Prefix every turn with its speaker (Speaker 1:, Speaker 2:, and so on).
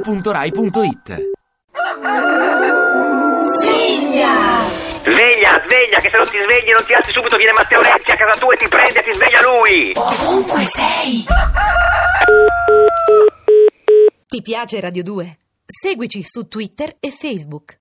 Speaker 1: radio2pod.rai.it
Speaker 2: Sveglia!
Speaker 3: Sveglia, sveglia, che se non ti svegli non ti alzi subito viene Matteo Renzi a casa tua e ti prende e ti sveglia lui!
Speaker 2: Ovunque sei!
Speaker 4: Ti piace Radio 2? Seguici su Twitter e Facebook.